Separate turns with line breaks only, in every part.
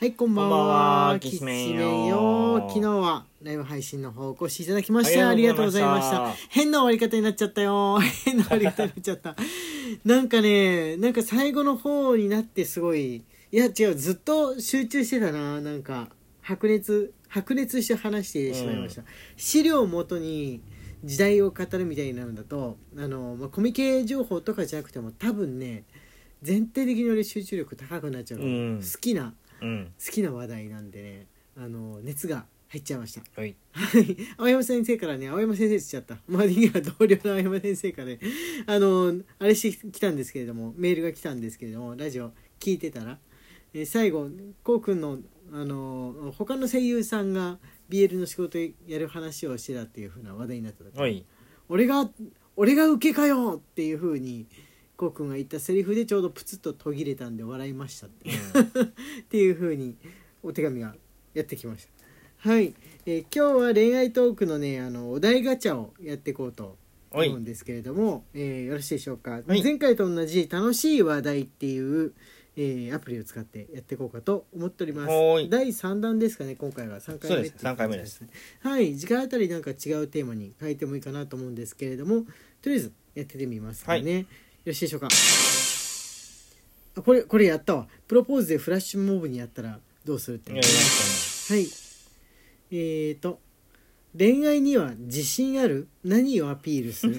はい、こんばん
こんばん
は。
は
き
き
つ
つ
ね
ね
ん
ん
よ
よ
昨日はライブ配信の方をお越しいただきましてあ
あ
り
り
が
が
と
とうご
うござ
ざ
い
い
ま
ま
し
した
た。変な終わり方になっちゃったよ。変な終わり方になっち ゃった。なんかね、なんか最後の方になってすごい、いや違う、ずっと集中してたな。なんか、白熱、白熱して話してしまいました。資料をもとに時代を語るみたいになるんだと、あの、まあ、コミケ情報とかじゃなくても多分ね、全体的に俺集中力高くなっちゃうから、
うん
好きな
うん
好きな話題なんでねあの熱が入っちゃいました
はい
はい青山先生からね青山先生って言っちゃった周りには同僚の青山先生からねあのあれしてきたんですけれどもメールが来たんですけれどもラジオ聞いてたら、えー最後こうくんのあの他の声優さんが BL の仕事やる話をしてたっていう風な話題になった時、
はい
俺が俺が受けかよっていう風にこうくんが言ったセリフでちょうどプツッと途切れたんで笑いましたってっていう風にお手紙がやってきましたはい、えー今日は恋愛トークのねあのお題ガチャをやっていこうと
は
思
い
うんですけれども、えーよろしいでしょうか、
はい
前回と同じ楽しい話題っていう、えーアプリを使ってやっていこうかと思っております
はーい
第3弾ですかね今回は3回目
そうです
ってい感
三
じ
回目です
ねはい次回あたりなんか違うテーマに変えてもいいかなと思うんですけれどもとりあえずやってみますかね、
はい
よろしいでしょうかあこれこれやったわプロポーズでフラッシュモブにやったらどうするって
い
ね
やいや
はいえーと恋愛には自信ある何をアピールす る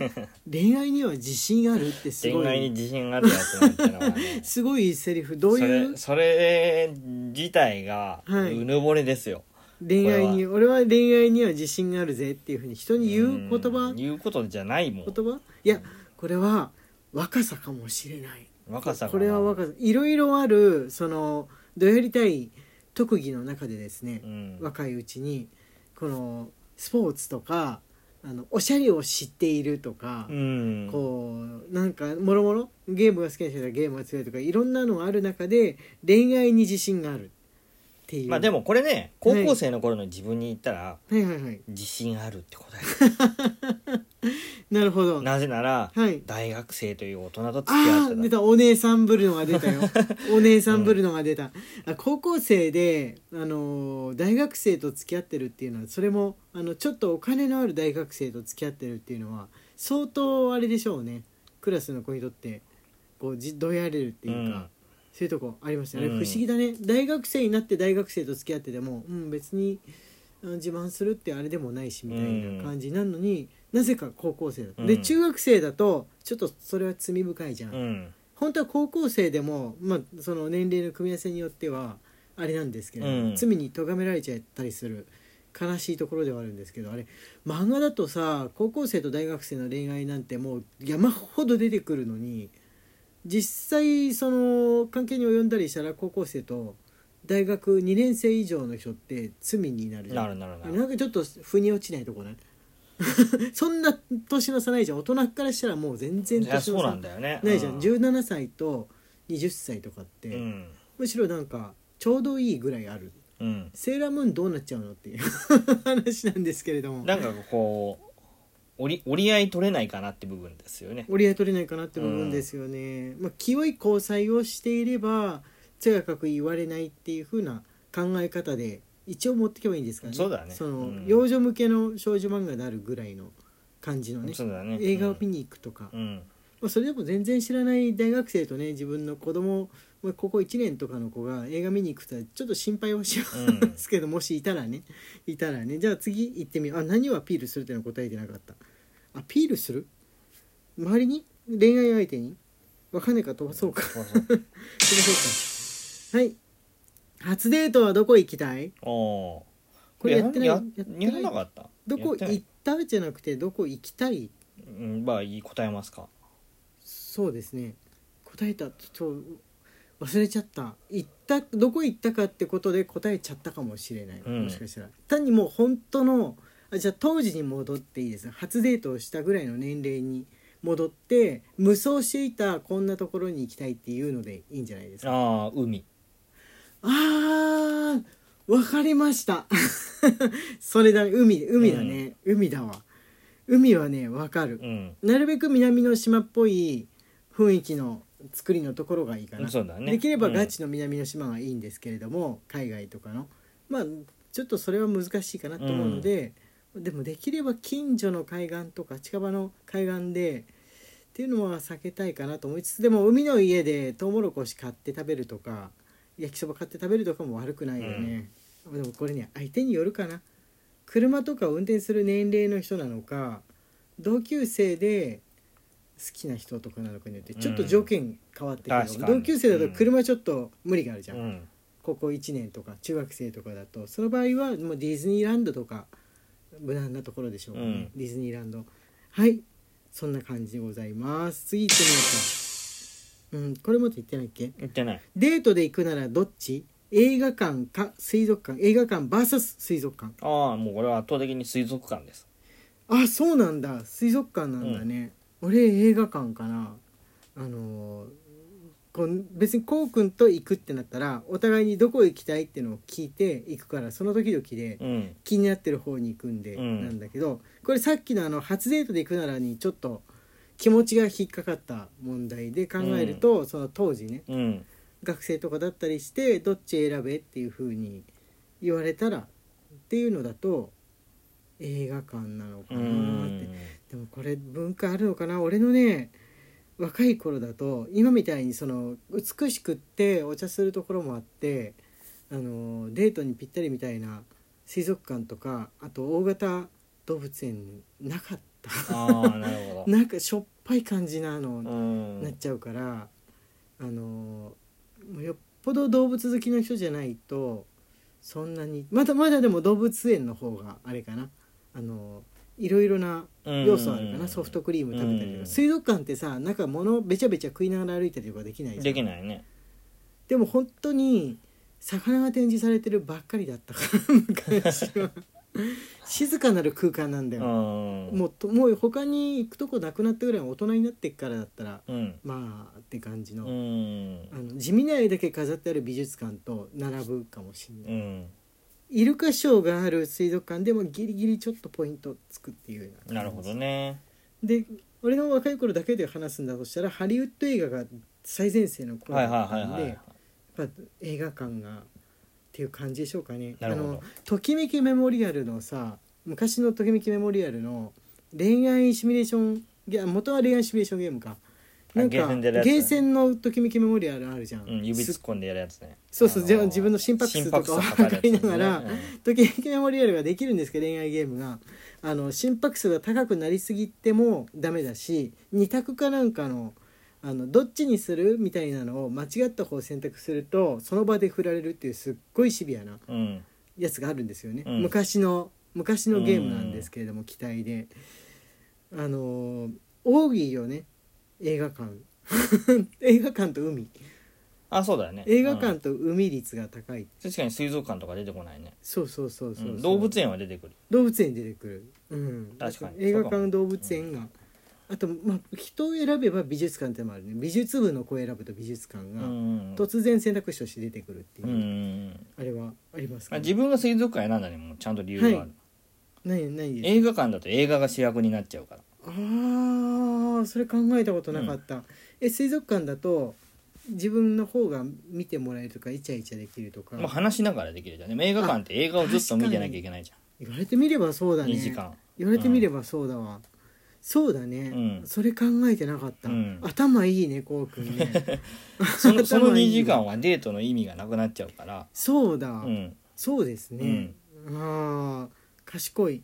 恋愛には自信あるってすご
恋愛に
い
自信があるやつなんてのはね
すごいセリフどう
そ
いう
れそれ自体がう
はい
ぬぼれですよ、
恋愛に俺は恋愛には自信があるぜっていうふうに人に言う言葉
ん言うことじゃないもん
言葉いやこれは若さかもしれない
若さが
これは若さいろいろあるそのどやりたい特技の中でですね
う、ん
若いうちにこのスポーツとかあのおしゃれを知っているとか、
うん
こうなんかもろもろゲームが好きな人はゲームが強いとかいろんなのがある中で恋愛に自信があるっていう
まあでもこれね高校生の頃の自分に言ったら
はいはいはい
自信あるって答
なるほ
え
ど
なぜなら
はい
大学生という大人と付き合っ
あ
てた
あ出たお姉さんぶるのが出 たよお姉さんぶるのが出た、あ高校生で、あのー大学生と付き合ってるっていうのはそれもあのちょっとお金のある大学生と付き合ってるっていうのは相当あれでしょうねクラスの子にとってこうじどやれるっていうか、
うん
そういうとこありますよね、
うん
不思議だね大学生になって大学生と付き合ってても、うん、別にあの自慢するってあれでもないしみたいな感じなのに、なぜか高校生だと、
う
で
ん
中学生だとちょっとそれは罪深いじゃん、
うん
本当は高校生でも、まあ、その年齢の組み合わせによってはあれなんですけど、
うん
罪に咎められちゃったりする悲しいところではあるんですけどあれ漫画だとさ高校生と大学生の恋愛なんてもう山ほど出てくるのに実際その関係に及んだりしたら高校生と大学2年生以上の人って罪になるじゃん
なるなるなる
なんかちょっと腑に落ちないと こねそんな年の差ないじゃん大人からしたらもう全然
いや
年
そ
の
うな
差
んだよね
ないじゃん、
う
17歳と20歳とかって、
うん
むしろなんかちょうどいいぐらいある
うん
セーラームーンどうなっちゃうのっていう 話なんですけれども
なんかこう折り折り合い取れないかなって部分ですよね。
折り合い取れないかなって思うんですよね、まあ清い交際をしていればとやかく言われないっていう風な考え方で一応持ってけばいいんですからね
そうだね
その、
うん
幼女向けの少女漫画であるぐらいの感じのね
そうだね
映画を見に行くとか、
うん
まあ、それでも全然知らない大学生とね自分の子供まあここ1年とかの子が映画見に行くとはちょっと心配はしますけど、もしいたらねいたらねじゃあ次行ってみようあ何をアピールするっていうのは答えてなかったアピールする周りに恋愛相手にわかんないから飛ばそうか飛
そうそう
ばそうかはい初デートはどこ行きたい
おー
これやってない
や
やってない
やらなかった
どこ
やってない
行ったじゃなくてどこ行きたい
うんまあいい答えますか
そうですね答えたちょ忘れちゃった行ったどこ行ったかってことで答えちゃったかもしれない、
うん
もしかしたら単にもう本当のあじゃあ当時に戻っていいです初デートをしたぐらいの年齢に戻って無双していたこんなところに行きたいっていうのでいいんじゃないですか
ああ海
あーわかりました それだ海海だね、海だわ海はねわかる
うん
なるべく南の島っぽい雰囲気の作りのところがいいかな、
そうだね
できればガチの南の島がいいんですけれども、海外とかのまあちょっとそれは難しいかなと思うので、でもできれば近所の海岸とか近場の海岸でっていうのは避けたいかなと思いつつでも海の家でトウモロコシ買って食べるとか焼きそば買って食べるとかも悪くないよね、でもこれね相手によるかな車とか運転する年齢の人なのか同級生で好きな人とかなのかによってちょっと条件変わってくる、
確かに
同級生だと車ちょっと無理があるじゃ、
うんん
高校1年とか中学生とかだとその場合はもうディズニーランドとか無難なところでしょうかね、
うん
ディズニーランドはいそんな感じでございます次行ってみましょううんこれまで言ってないっけ
言ってない
デートで行くならどっち映画館か水族館映画館 VS 水族館
ああもうこれは圧倒的に水族館です
あそうなんだ水族館なんだね、俺映画館かなあのーこう別にこうくんと行くってなったらお互いにどこ行きたいってのを聞いて行くからその時々で
うん
気になってる方に行くんで
うん
なんだけど、これさっきのあの初デートで行くならにちょっと気持ちが引っかかった問題で考えると、その当時ね
うん
学生とかだったりしてどっち選べっていう風に言われたらっていうのだと映画館なのか
う
なーって
ん
でもこれ文化あるのかな俺のね若い頃だと今みたいにその美しくってお茶するところもあってあのデートにぴったりみたいな水族館とかあと大型動物園なかった
ああなるほど
なんかしょっぱい感じ なの
うん
なっちゃうから、あのもうよっぽど動物好きの人じゃないとそんなにまだまだでも動物園の方があれかなあのいろいろな要素あるかな、
うん
ソフトクリーム食べたりとか、
うん
水族館ってさなんか物べちゃべちゃ食いながら歩いたりとかできないじゃん
できないね
でも本当に魚が展示されてるばっかりだったから 昔は静かなる空間なんだ
う
よ、
ん
もうともう他に行くとこなくなったぐらい大人になってっからだったら
うん
まあって感じの,、
うん
あの地味な絵だけ飾ってある美術館と並ぶかもしれない、
うん
イルカショーがある水族館でもギリギリちょっとポイントつくっていうような
なるほどね
で俺の若い頃だけで話すんだとしたらハリウッド映画が最前線の頃
はい
だ
は
っ
い
たん
は
で
いは
や
い
っぱ映画館がっていう感じでしょうかね。
なるほど
あのときめきメモリアルのさ昔のときめきメモリアルの恋愛シミュレーションゲー元は恋愛シミュレーションゲームか。
あ
なんか
ゲーセンでやるやつね
ゲーセンのときめきメモリアルあるじゃん、
うん、指突っ込んでやるやつね
そうそう
あのー
じゃあ自分の心拍数とかを
心拍数測るやつね
測りながら
うん
ときめきメモリアルができるんですけど恋愛ゲームがあの心拍数が高くなりすぎてもダメだし二択かなんかのあのどっちにするみたいなのを間違った方を選択するとその場で振られるっていうすっごいシビアな
うん
やつがあるんですよね、
うん
昔の昔のゲームなんですけれども期待であのー奥義よね映画館 映画館と海
あそうだよね
映画
う
館
ん
と海率が高い、
確かに水族館とか出てこないね
そうそうそうそうそう、
うん動物園は出てくる
動物園に出てくる、うん、
確かに
映画館動物園が、あと、まあ、人を選べば美術館ってのもあるね美術部の子を選ぶと美術館
う
が
ん
突然選択肢として出てくるっていう、
うんうんうん
あれはありますか、
あ
ね、
自分が水族館選んだにもちゃんと理由がある、
はい何何です
映画館だと映画が主役になっちゃうから
あーそれ考えたことなかった、え水族館だと自分の方が見てもらえるとかイチャイチャできるとか、
まあ、話しながらできるじゃんでも映画館って映画をずっと見てなきゃいけないじ
言われてみればそう
ゃ
だ
ん、
ね
2時間
言われてみればそうだわ、そうだね、
うん
それ考えてなかった、
うん
頭いいねこうくんね
そのその
頭いい
2時間はデートの意味がなくなっちゃうから
そうだ、
うん
そうです
う
ね
ん、
ああ賢い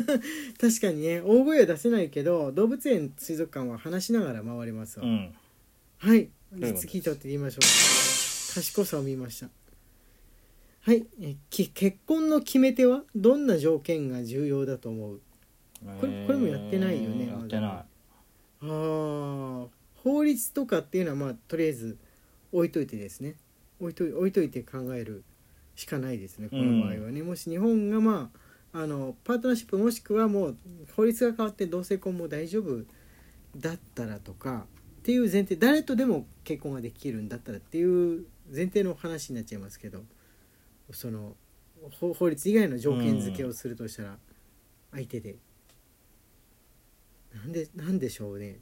確かにね大声は出せないけど動物園水族館は話しながら回れますわ、
うん
はい
どういうこと
次取ってみましょう賢さを見ましたはいえき結婚の決め手はどんな条件が重要だと思うこれこれもやってないよね
えーやってない
ああ法律とかっていうのはまあとりあえず置いといてですね置いとい置いといて考えるしかないですねこの場合はね、もし日本がまああのパートナーシップもしくはもう法律が変わって同性婚も大丈夫だったらとかっていう前提誰とでも結婚ができるんだったらっていう前提の話になっちゃいますけどその法法律以外の条件付けをするとしたら相手で、なんでなんでしょうね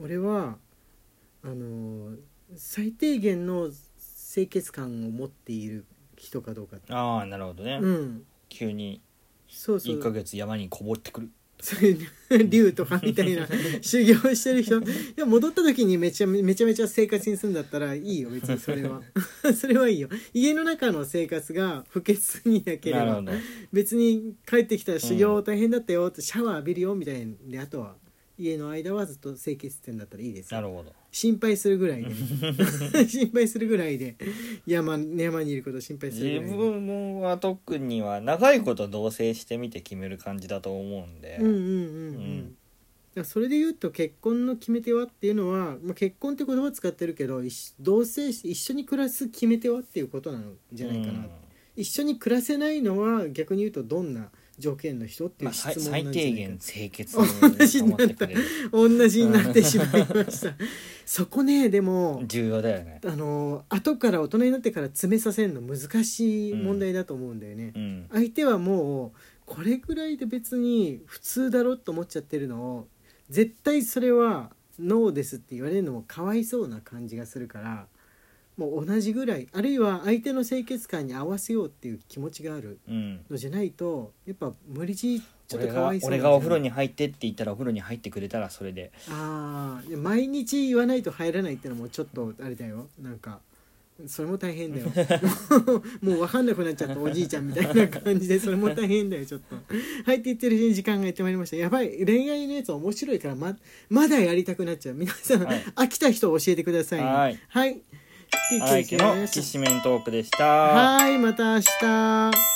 俺はあの最低限の清潔感を持っている人かどうか
ああなるほどね、
うん
急に
そうそう
1ヶ月山にこぼってくる
そういう竜とかみた いな修行してる人いや戻った時にめちゃめちゃめちゃ生活に住んだったらいいよ別にそれは それはいいよ家の中の生活が不潔になけれ
なる
ば
ほど
別に帰ってきたら修行大変だったよってシャワー浴びるよみたいなんであとは家の間はずっと清潔店だったらいいですよ
なるほど
心配するぐらい で心配するぐらいで山山にいることを心配す
自
るぐらいで
分は特には長いこと同棲してみて決める感じだと思うんで、
うんうんうんうん、
うん
だからそれで言うと結婚の決め手はっていうのは、まあ、結婚って言葉を使ってるけど一緒同棲し一緒に暮らす決め手はっていうことなのじゃないかな、
うん
一緒に暮らせないのは逆に言うとどんな条件の人ってい
まあ、
う質
さい
問なんじゃないか
最低
な
限清潔 に保ってくれる
同じになってしまいましたそこねでも
重要だよね
あの後から大人になってから詰めさせるの難しい問題だと思うんだよね、
うん
相手はもうこれぐらいで別に普通だろって思っちゃってるのを絶対それはノーですって言われるのもかわいそうな感じがするからもう同じぐらいあるいは相手の清潔感に合わせようっていう気持ちがある
うん
のじゃないとやっぱ無理強いちょっ
俺
とか
が
わいそう
俺
なんじ
が
ゃない
お風呂に入ってって言ったらお風呂に入ってくれたらそれで
ああ毎日言わないと入らないってのもちょっとあれだよなんかそれも 大変だよもう分かんなくなっちゃったおじいちゃんみたいな感じでそれも大変だよちょっと入っていってるうちに時間がやってまいりましたやばい恋愛のやつ面白いからままだやりたくなっちゃう皆さん、
はい
飽きた人教えてくださいね
はい
はい
荒木のきしめんトークでした
はいまた明日